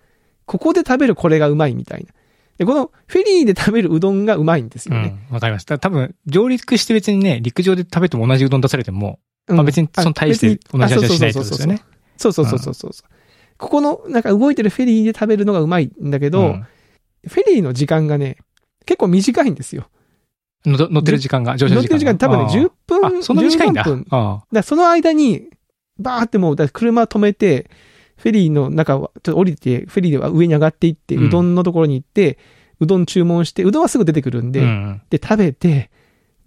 ここで食べるこれがうまいみたいな。で、このフェリーで食べるうどんがうまいんです
う
よね。
ん。わかりました。多分、上陸して別にね、陸上で食べても同じうどん出されても、
う
まあ
ん
別にその大して
あ
同じ味
別
は
に
しないってことですよね。
そうそうそうそうそうそうそうそうそうそう。ここの、なんか動いてるフェリーで食べるのがうまいんだけど、
うん
フェリーの時間がね、結構短いんですよ。
のど乗ってる時間が、乗
乗ってる時間多分ね、10分、
あ、そんな短いんだ。
13分。だか
あ
らその間に、バーってもう、だから車止めて、フェリーの中は、ちょっと降りて、フェリーでは上に上がっていって、
うん
うどんのところに行って、うどん注文して、うどんはすぐ出てくるん
あ
で、
うん
で、食べて、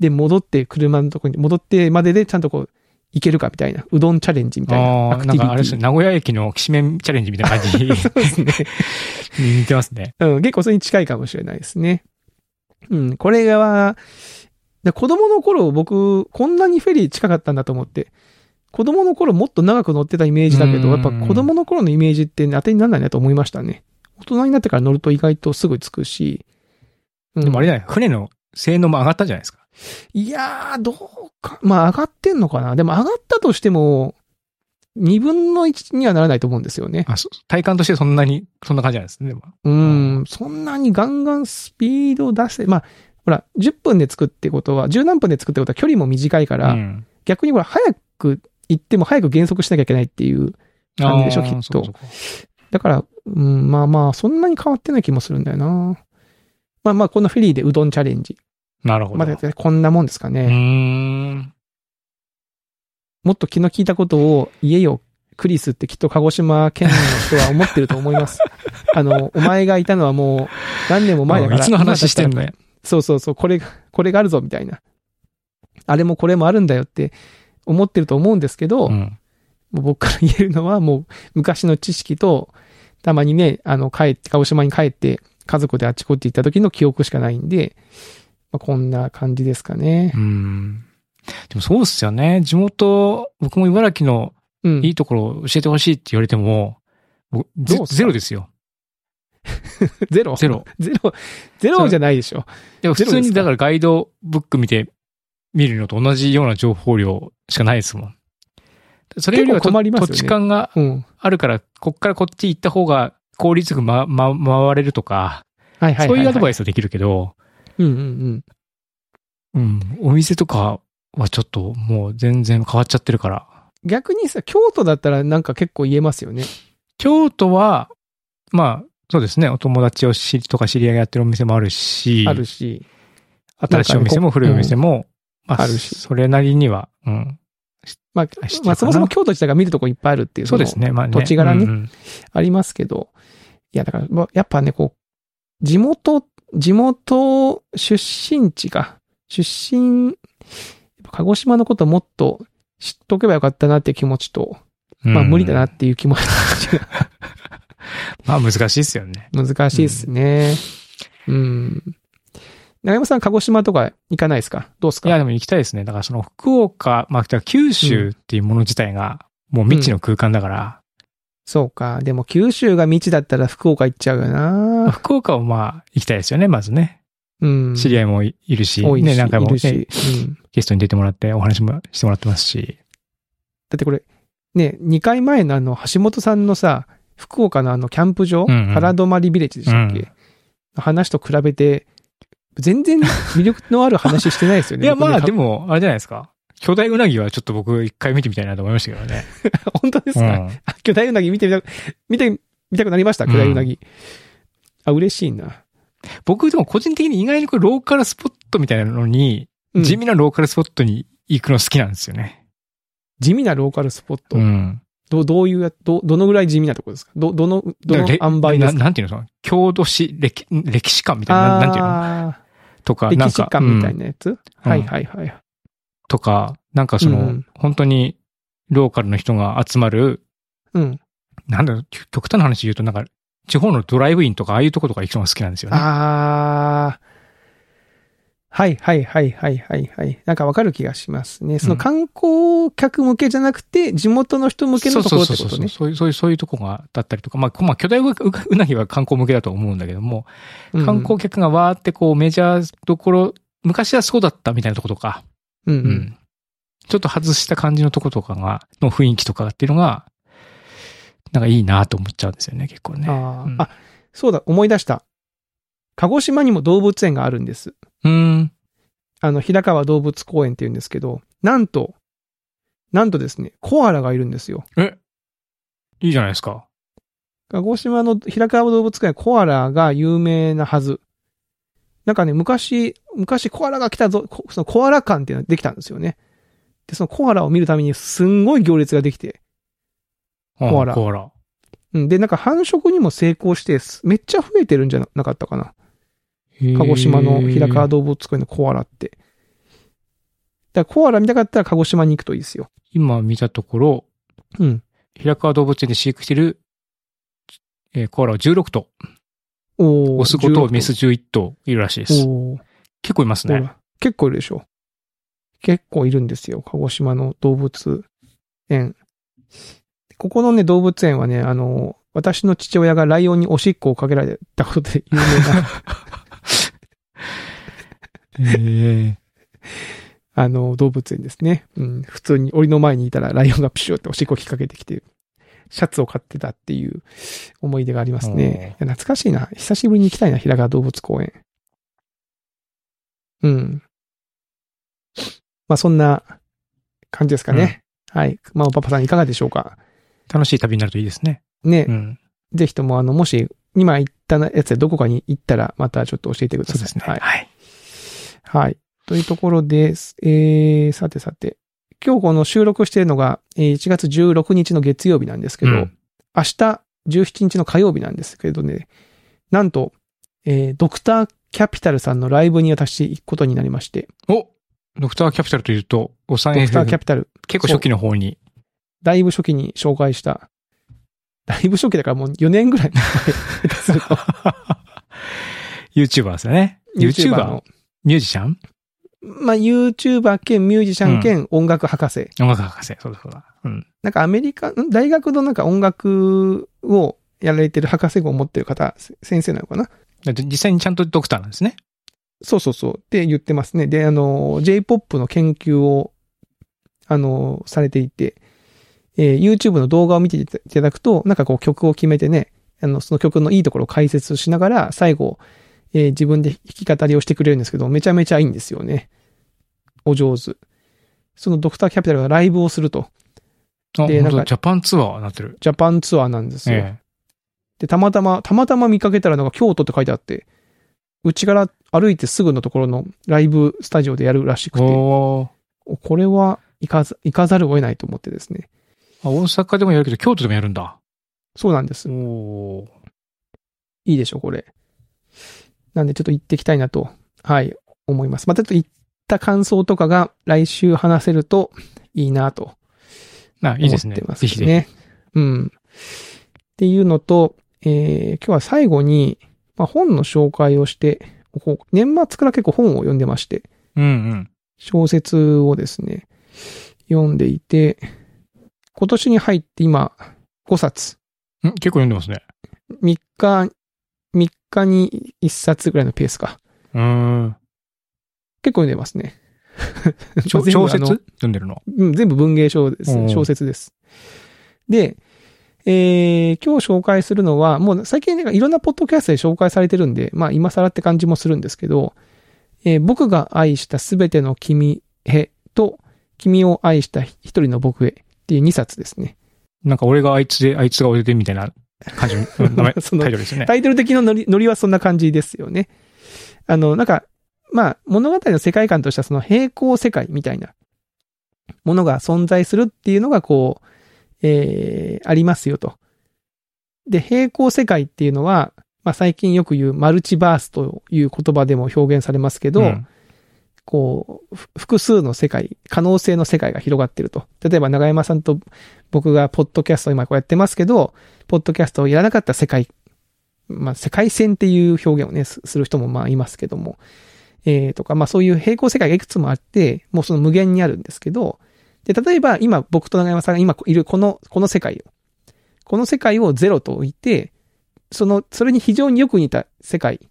で、戻って、車のところに、戻ってまでで、ちゃんとこう、行けるかみたいな、うどんチャレンジみたいな、
あ
ア
あ、
クティ
な
ビ
ん
ティ
かあれですね、名古屋駅のきしめんチャレンジみたいな感じ
そうです ね。
に似てますね。
うん、結構それに近いかもしれないですね。うん、これは、で子供の頃僕、こんなにフェリー近かったんだと思って、子供の頃もっと長く乗ってたイメージだけど、
う
や
ん
っぱ子供の頃のイメージって当てにならないなと思いましたね。大人になってから乗ると意外とすぐ着くし、うん
でもあれじゃない、船の性能も上がったんじゃないですか。
いやー、どうか、まあ上がってんのかな。でも上がったとしても、2分の1にはならないと思うんですよね。
あそ体感としてそんなに、そんな感じなんですね。でも
うん、そんなにガンガンスピード出して、まあ、ほら、10分で着くってことは、10何分で着くってことは距離も短いから、
うん
逆にこれ早く行っても早く減速しなきゃいけないっていう。感じでしょきっと
あーそうかそうか
だから、うん、まあまあ、そんなに変わってない気もするんだよな。まあまあ、このフェリーでうどんチャレンジ。
なるほど。
まだこんなもんですかね
う。ーん。
もっと気の利いたことを言えよ、クリスってきっと鹿児島県の人は思ってると思います。あの、お前がいたのはもう何年も 前だから。
いつの話してんの
今だったらそうそうそう、これが、これがあるぞ、みたいな。あれもこれもあるんだよって思ってると思うんですけど、
う
も
ん。
う僕から言えるのはもう昔の知識と、たまにね、あの、帰って、鹿児島に帰って、家族であっちこっち行った時の記憶しかないんで、まあ、こんな感じですかね
う。ん。でもそうっすよね。地元、僕も茨城の
うん。
いいところを教えてほしいって言われても、僕ゼ
どうっすか
ゼロですよ。
ゼロ
ゼロ。
ゼロ、ゼロじゃないでしょ。
でも普
ゼ
通
ロです
に
か
だからガイドブック見て、見るのと同じような情報量しかないですもん。それよりは
結構困りますよね
土地勘が
うん。
あるから、こっからこっち行った方が効率よく、まま、回れるとか、
はいはいはい、はい。
そういうアドバ
イ
イスはできるけど、
ス。うんうんう
う
ん。
ん、お店とかはちょっともう全然変わっちゃってるから。
逆にさ、京都だったらなんか結構言えますよね。
京都は、まあ、そうですね、お友達を知りとか知り合いがやってるお店もあるし、
あるし。
新しいお店も古いお店も、まあ、
あるし
それなりには、うん、
まあ
知ってるかな、
まあ、そもそも京都自体が見るとこいっぱいあるっていう。
そうですね、まあね。
土地柄ね
うんうん
ありますけど、いや、だから、まあやっぱね、こう、地元、地元出身地か、出身、やっぱ鹿児島のこともっと知っとけばよかったなっていう気持ちと、まあ無理だな
うん
っていう気持ち
まあ難しいですよね。
が難しいですね。うん。長山さん、鹿児島とか行かないですかどうです
い
か
や、でも行きたいですね。だからその福岡、まあ、だから九州っていうもの自体が、もう未知の空間だから、
そうか。でも九州が未知だったら福岡行っちゃうよ
まあ
な。
福岡をまあ行きたいですよね、まずね。
うん。
知り合いもいいるし、
多いし、
ね、何回も、
いる
ね、
し。うん。
ゲストに出てもらってお話もしてもらってますし。
だってこれ、ね、2回前のあの、橋本さんのさ、福岡のあの、キャンプ場、
うんうん
原泊ビレッジでしたっけ、
うん
話と比べて、全然魅力のある話してないですよ
い
ね。
や、まあで
も。
も、あれじゃないですか。巨大うなぎはちょっと僕一回見てみたいなと思いましたけど ね。
本当です
う
か、
ん。
あ巨大うなぎ見てみたく、見てみたくなりました巨大うなぎ。あ、嬉しいな。
僕でも個人的に意外にこれローカルスポットみたいなのに、
うん
地味なローカルスポットに行くの好きなんですよね。
地味なローカルスポット。
うん。
どどういうや、ど、どのぐらい地味なところですかど、どの、ど
だ
の
から
塩
れ
梅ですか
ななんていうのその郷土史、歴、歴史観みたいな、ななんていうの
あ
とか、
あ、
な
歴
ん
史
か、
館みた
う
い
ん
なやつ、
うん
はいはいはい。
とか、なんかその、
うんうん
本当にローカルの人が集まる、
うん。
なんだろう、極極端な話言うと、なんか、地方のドライブインとか、ああいうとことか行くのが好きなんですよね。
ああ。はいはいはいはいはいはい。なんかわかる気がしますね。その観光客向けじゃなくて、地元の人向け
そ
の
う
と
そう
ころって
そう
こ
そ
と
う。
ね。
そういう、そういう、そういうとこが、だったりとか、まあ、こまあ、巨大ううなぎは観光向けだと思うんだけども、
うん
観光客がわーってこう、メジャーどころ、昔はそうだったみたいなとことか、
うんう。
うんん。ちょっと外した感じのとことかが、の雰囲気とかっていうのが、なんかいいなと思っちゃうんですよね、結構ね。
あ
うん
ーあ、そうだ、思い出した。鹿児島にも動物園があるんです。
うん。
あの、平川動物公園って言うんですけど、なんと、なんとですね、コアラがいるんですよ。
えいいじゃないですか。
鹿児島の平川動物園コアラが有名なはず。なんかね、昔、昔コアラが来たぞ、こそのコアラ館っていうのができたんですよね。で、そのコアラを見るためにすんごい行列ができて。コアラ
あコアラ。
うん。で、なんか繁殖にも成功して、すめっちゃ増えてるんじゃななかったかな。
へー
鹿児島の平川動物園のコアラって。だからコアラ見たかったら鹿児島に行くといいですよ。
今見たところ、
うん。
平川動物園で飼育してる、えーコアラは16頭。
お
オス5頭、メス。11頭いるらしいで
16
す
頭。おー
結構います
ほ
ね。
ら結構いるでしょ。結構いるんですよ。鹿児島の動物園。ここのね、動物園はね、あの、私の父親がライオンにおしっこをかけられたことで有名な、
へ
あの、動物園ですね。うん。普通に檻の前にいたらライオンがプシューっておしっこを引っ掛けてきて、シャツを買ってたっていう思い出がありますね。いや懐かしいな。久しぶりに行きたいな、平川動物公園。うん。まあ、そんな感じですかね。はい。まあ、パパさんいかがでしょうか
楽しい旅になるといいですね。
ね、
うん。
ぜひとも、あの、もし、今言ったやつでどこかに行ったら、またちょっと教えてくださ
そ
い。
うですね。
はい。
はい。
はい。というところです。えー、さてさて。今日この収録しているのが、えー1月16日の月曜日なんですけど、
うん
明日17日の火曜日なんですけどね、なんと、えードクターキャピタルさんのライブに私行くことになりまして、
おドクターキャピタルというと、おさ
ド
ん
クターキャピタル、
結構初期の方に。
だいぶ初期に紹介した、だいぶ初期だからもう4年ぐら い前、 下手すると
YouTuber ですよね。
YouTuber の
YouTuber? ミュージシャン
まあ、YouTuber 兼ミュージシャン兼音楽博士。
音楽博士。そうだそうだ。うん。
なんかアメリカ、ん大学のなんか音楽をやられてる博士号を持ってる方、せ先生なのかな
だって実際にちゃんとドクターなんですね。
そうそうそうって言ってますね。で、あの、J-POP の研究を、あの、されていて、えー YouTube の動画を見ていたいただくと、なんかこう曲を決めてね、あの、その曲のいいところを解説しながら、最後、えー自分で弾き語りをしてくれるんですけど、めちゃめちゃいいんですよね。お上手。そのドクターキャピタルがライブをすると、
あ、
で
本当
なんか
だジャパンツアーになってる。
ジャパンツアーなんですよ。
え
で、たまたま、たまたま見かけたらなんか京都って書いてあって、うちから歩いてすぐのところのライブスタジオでやるらしく
え。
て、
おー
これは行かざ行かざるを得ないと思ってですね。
あ、大阪でもやるけど、京都でもやるんだ。
そうなんです。
おー
いいでしょ、これ。なんでちょっと行ってきたいなと、はい、思います。またちょっと行った感想とかが来週話せるといいなと
あ、いい
思
です
っ
ね
て。ます
ぜ
ね。
ひぜひ。
うん。っていうのと、えー今日は最後に、まあ、本の紹介をしておこう、年末から結構本を読んでまして、
うんうん。
小説をですね、読んでいて、今年に入って今、5冊、
ん結構読んでますね。
3日、3日に1冊ぐらいのペースか。
うーん。
結構読んでます ね。
ちょ
全部
小
あ
説
の
読んでるの。
うん、全部文芸小です
おう
小説です。で、えー今日紹介するのは、もう最近なんかいろんなポッドキャストで紹介されてるんで、まあ今更って感じもするんですけど、えー僕が愛したすべての君へと、君を愛した一人の僕へっていう2冊ですね。
なんか俺があいつで、あいつが俺でみたいな感じの うん名前、タイ
その
トルですよね。
タイトル的なノリノリはそんな感じですよね。あの、なんか、まあ、物語の世界観としてはその平行世界みたいなものが存在するっていうのがこう、えー、ありますよと。で、平行世界っていうのは、まあ最近よく言うマルチバースという言葉でも表現されますけど、
うん
こう、ふ複数の世界、可能性の世界が広がってると。例えば、長山さんと僕がポッドキャストを今こうやってますけど、ポッドキャストをやらなかった世界、まあ、世界線っていう表現をね、すする人もまあいますけども、えー、とか、まあそういう平行世界がいくつもあって、もうその無限にあるんですけど、で、例えば今僕と長山さんが今いるこの、この世界を、この世界をゼロと置いて、その、それに非常によく似た世界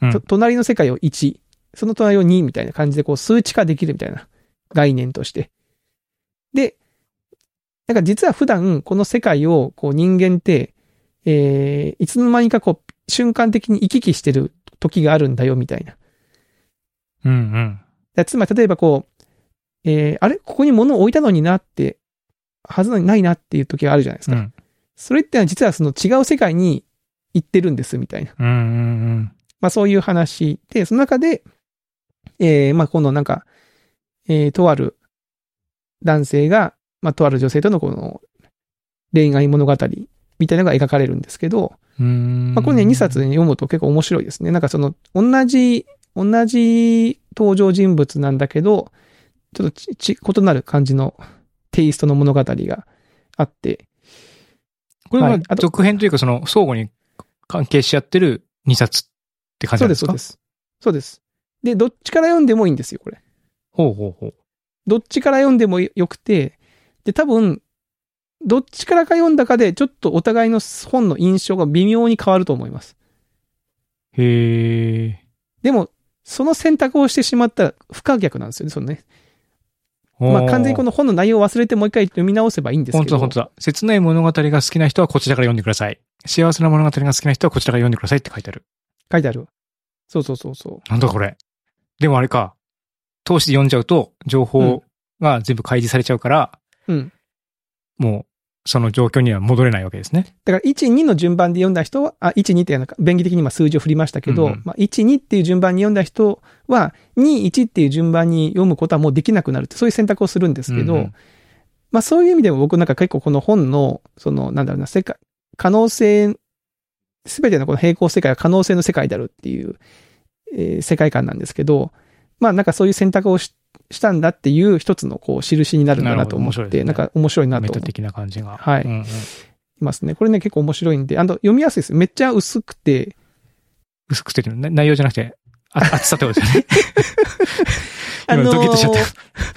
うん
と隣の世界を1、その隣を2みたいな感じでこう数値化できるみたいな概念として。で、なんか実は普段この世界をこう人間って、えー、いつの間にかこう瞬間的に行き来してる時があるんだよみたいな。
うんうん。
だつまり、例えばこう、えー、あれここに物を置いたのになって、はずのにないなっていう時があるじゃないです
う
か。
ん。
それってのは実はその違う世界に行ってるんです、みたいな。
うんうん
まあそういう話で、その中で、えー、まあこのなんか、えー、とある男性が、まあとある女性とのこの恋愛物語みたいなのが描かれるんですけど、
うん。うん
まあこれね、2冊、ね、読むと結構面白いですね。なんかその、同じ、同じ登場人物なんだけど、ちょっとち、ち、異なる感じのテイストの物語があって、
これは
はいあと
続編というか、その、相互に関係し合ってる2冊って感じ
そう
なん
で、
ですす
そう
か
です。そうです。で、どっちから読んでもいいんですよ、これ。
ほうほうほう。
どっちから読んでもよくて、で、多分、どっちからか読んだかで、ちょっとお互いの本の印象が微妙に変わると思います。
へえ。
でも、その選択をしてしまったら不可逆なんですよね、そのね。まあ完全にこ
の、
の本の内容を忘れてもう一回読み直せばいいんですけど。
本当だ本当だ。切ない物語が好きな人はこちらから読んでください。幸せな物語が好きな人はこちらから読んでくださいって書いてある。
書いてある。そうそうそうそう。
なんだこれ。でもあれか。通して読んじゃうと、情報が全部開示されちゃうから、
うん。
もう、その状況には戻れないわけですね。
だから、1、2の順番で読んだ人は、あ、1、2っていうのか、便宜的に今数字を振りましたけど、
うんうん
まあ、1、2っていう順番に読んだ人は、2、1っていう順番に読むことはもうできなくなるって、そういう選択をするんですけど、
うんうん
まあ、そういう意味でも僕なんか結構この本の、その、なんだろうな、世界、可能性、すべてのこの平行世界は可能性の世界であるっていう、えー世界観なんですけど、まあ、なんかそういう選択をししたんだっていう一つのこう印になるんだなと思っ
なるほど面白いで
て、
すね
なんか面白いな
メ
と
タ
思って
的な感じが。
はい
うんうん
いますね。これね、結構面白いんで、あの、読みやすいです。めっちゃ薄くて、
薄くてるの。な内容じゃなくて、あ厚さってことですよね。
あ
今
のー
ドキッとしちゃった。
ご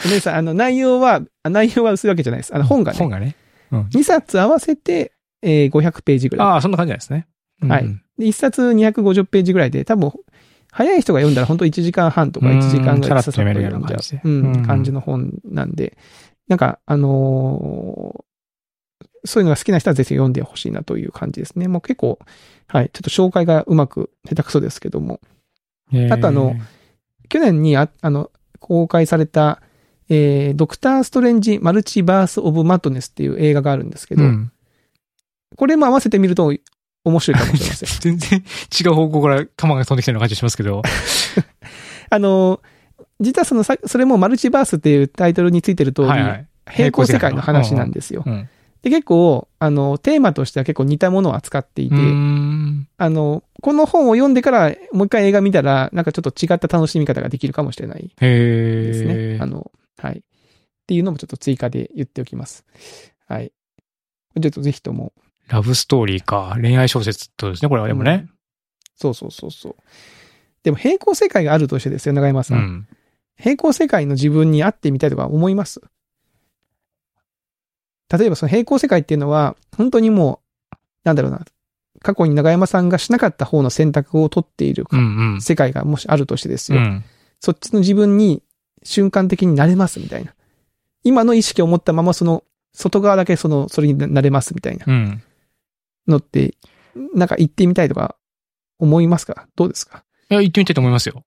めんなさい、あの、内容は、あ内容は薄いわけじゃないです。あの、本が
本
ね、
がね。うん。
2冊合わせて、えー500ページぐら
ああ、そんな感じなんですね。うん
はいい。で、1冊250ページぐらいで、多分、早い人が読んだら本当1時間半とか
うーん
1時間ぐらい
さらっと読めるような感じで
う
うん
ん、感じの本なんで、なんか、あのーそういうのが好きな人はぜひ読んでほしいなという感じですね。もう結構、はい、ちょっと紹介がうまく、下手くそですけども、
へー
あとあの、去年にああの公開された、えー、ドクター・ストレンジ・マルチバース・オブ・マットネスっていう映画があるんですけど、
うん
これも合わせてみると面白いかもしれませ
全
ん。
然違う方向から弾が飛んできてるような感じしますけど。
あの、実はそのさ、それもマルチバースっていうタイトルについてる通り、
はいはい。
平行世界の話なんですよ。
うん。
で、結構、あの、テーマとしては結構似たものを扱っていうて、
ーん
あの、この本を読んでからもう一回映画見たら、なんかちょっと違った楽しみ方ができるかもしれない。
へえ。
ですね。あの、はい。っていうのもちょっと追加で言っておきます。はい。ちょっとぜひとも。
ラブストーリーか。恋愛小説ってことですね、これはでもね。
そうそうそうそう。でも平行世界があるとしてですよ、長山
う
さん。
ん。
平行世界の自分に会ってみたいとか思います例えばその平行世界っていうのは、本当にもう、なんだろうな、過去に長山さんがしなかった方の選択を取っている
うんうん。
世界がもしあるとしてです
う
よ。
ん。
そっちの自分に瞬間的になれますみたいな。今の意識を持ったままその外側だけその、それになれますみたいな
うん。
のって、なんか行ってみたいとか思いますかどうですか
いや、言ってみたいと思いますよ。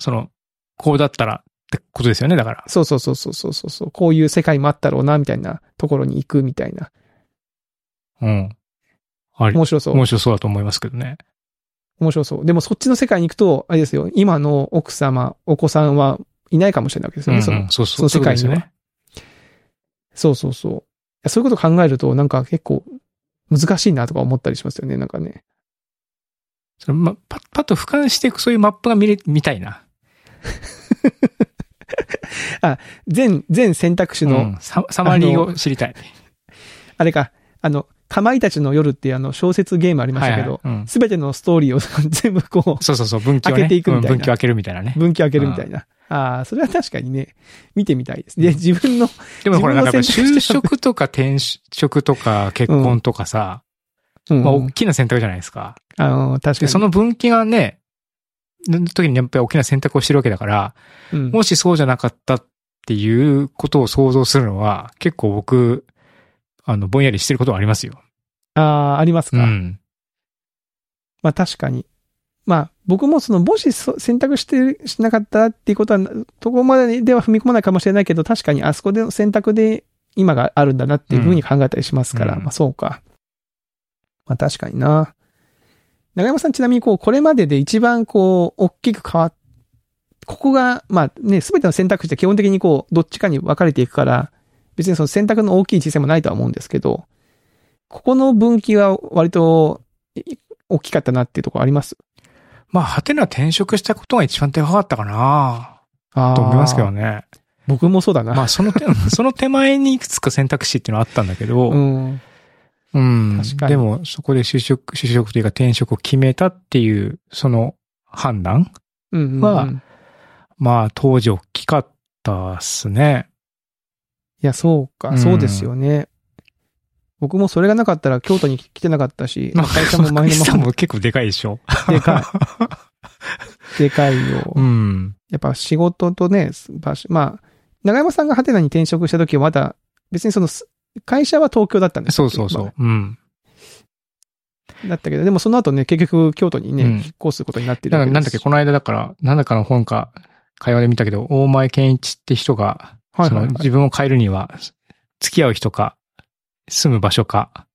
その、こうだったらってことですよね、だから。
そうそうそうそうそうそうそう。こういう世界もあったろうなみたいなところに行くみたいな。
うん。あり、
面白そう
面。白そうだと思いますけどね。
面白そう。でもそっちの世界に行くと、あれですよ。今の奥様、お子さんはいないかもしれないわけです
う
よ
んう
ね。
ん
その
そうそう。
その世界には
そういうことですよね。
そうそうそういや。そういうことを考えると、なんか結構難しいなとか思ったりしますよね。なんかね。
そのま、パッ、パッと俯瞰していくそういうマップが見れ、見たいな。
全、全選択肢
う
の
んササマリーを知りたい。
あれか、あの、かまいたちの夜っていうあの小説ゲームありましたけど、
はいはいうん
すべ、てのストーリーを 全部こ
そうそうそう、分岐をね。
開けていくみたいな
うん分岐を開けるみたいなね
う。分岐開けるみたいな。ああ、それは確かにね、見てみたいですね。自分の、
でもほら、なんかやっぱ
自分の
就
選択肢
職とか転職とか結婚とかさ、
うん
まあ大きな選択じゃないですか。
あの、確か
で、
に。
その分岐がね、の時にやっぱり大きな選択をしてるわけだから、
うん
もしそうじゃなかったっていうことを想像するのは、結構僕、あの、ぼんやりしてることはありますよ。
ああ、あります
う
か。
ん。
まあ確かに。まあ僕もその、もしそ選択して、しなかったっていうことは、とこまででは踏み込まないかもしれないけど、確かにあそこでの選択で今があるんだなっていうふうに考えたりしますから、
うん
まあそうか。まあ確かにな。長山さんちなみにこう、これまでで一番こう、大きく変わっ、ここが、まあね、すべての選択肢って基本的にこう、どっちかに分かれていくから、別にその選択の大きい小さいもないとは思うんですけど、ここの分岐は割とい大きかったなっていうところあります
まあ、ハテナ転職したことが一番でかかったかな
あ
と思いますけど
ね。
ね。
僕もそうだな。
まあ、その 手、その手前にいくつか選択肢っていうのはあったんだけど、
うん。
うん。
確かに
でも、そこで就職、就職というか転職を決めたっていう、その判断
うんうんうん
まあまあ、当時大きかったっすね。
いや、そう
う
か、
ん
そうですよね。僕もそれがなかったら京都に来てなかったし、
まあ、
会社も前
会社
のま
も結構でかいでしょ。
までか い、でかいよ。
うん。
やっぱ仕事とね、場所、まあ、長山さんがハテナに転職した時はまだ、別にそのす、会社は東京だったんです
そうそうそう。うん。
だったけど、でもその後ね、結局京都にね、
うん
引っ越すことになって
だか
る
ら、
わけ
なん
で
だっ
す
け、この間だから、なんだかの本か、会話で見たけど、大前健一って人が、
はい
そ
はい
の
はい
自分を変えるには、付き合う人か、住む場所か、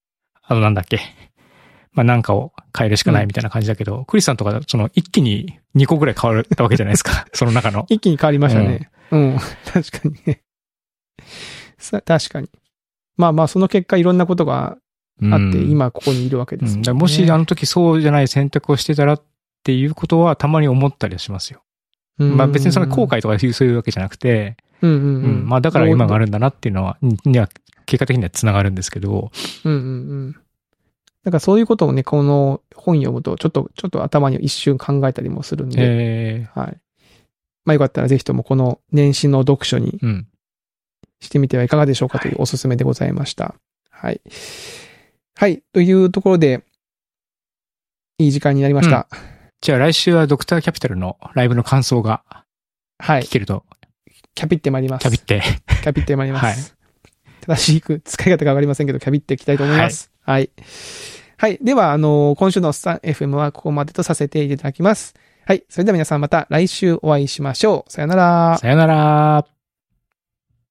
あのなんだっけ。まあなんかを変えるしかないみたいな感じだけど、クリスさんとか、その一気に2個ぐらい変わったわけじゃないです か。その中の。
一気に変わりましたね。うん、確かにね。さ確かに。まあまあ、その結果いろんなことがあって、
うん
今ここにいるわけ
う
です
んだ
んね
からもしあの時そうじゃない選択をしてたらっていうことはたまに思ったりはしますよ。まあ別にその後悔とかそういうわけじゃなくて、
うんう
うん
んうん。
まあだから今があ
る。
るんだなっていうのは、にには結果的には繋がるんですけど、
うんうんうん。だからそういうことをね、この本読むと、ちょっと、ちょっと頭に一瞬考えたりもするんで、
え
はい。まあよかったらぜひともこの年始の読書に
ーうん。
してみてはいかがでしょうかというおすすめでございました。はい。はい。というところで、いい時間になりました。
じゃあ来週はドクターキャピタルのライブの感想が
はい
聞。けると、
キャピってまいります。
キャピって。
キャビってまいります。正しく使い方がわかりませんけど、キャビっていきたいと思います。はい。はい。では、あのー今週のスタン FM はここまでとさせていただきます。はい。それでは皆さんまた来週お会いしましょう。さよなら。
さよなら。